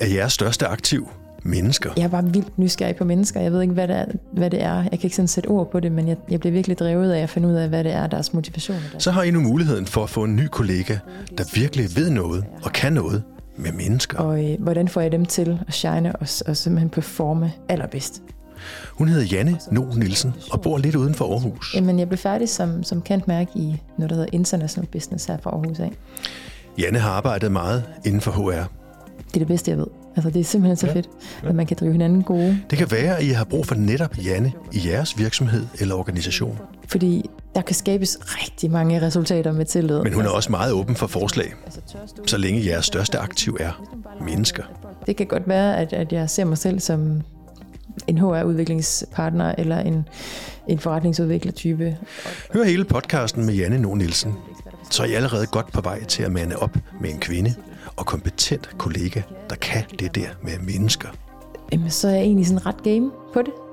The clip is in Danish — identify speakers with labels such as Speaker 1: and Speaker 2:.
Speaker 1: er jeres største aktiv mennesker.
Speaker 2: Jeg er bare vildt nysgerrig på mennesker. Jeg ved ikke, hvad det er. Hvad det er. Jeg kan ikke sådan sætte ord på det, men jeg, jeg bliver virkelig drevet af at finde ud af, hvad det er, deres motivation er.
Speaker 1: Så har I nu muligheden for at få en ny kollega, der virkelig ved noget og kan noget med mennesker.
Speaker 2: Og øh, hvordan får jeg dem til at shine og, s- og simpelthen performe allerbedst?
Speaker 1: Hun hedder Janne No Nielsen og bor lidt uden for Aarhus.
Speaker 2: Jamen, jeg blev færdig som, som kendt mærke i noget, der hedder International Business her fra Aarhus af.
Speaker 1: Janne har arbejdet meget inden for HR.
Speaker 2: Det er det bedste, jeg ved. Altså, det er simpelthen så fedt, at man kan drive hinanden gode.
Speaker 1: Det kan være, at I har brug for netop Janne i jeres virksomhed eller organisation.
Speaker 2: Fordi der kan skabes rigtig mange resultater med tillid. Altså,
Speaker 1: Men hun er også meget åben for forslag, så længe jeres største aktiv er mennesker.
Speaker 2: Det kan godt være, at, at jeg ser mig selv som en HR-udviklingspartner eller en, en forretningsudviklertype.
Speaker 1: Hør hele podcasten med Janne No Nielsen. Så er I allerede godt på vej til at mande op med en kvinde og kompetent kollega, der kan det der med mennesker.
Speaker 2: Jamen, så er jeg egentlig sådan ret game på det.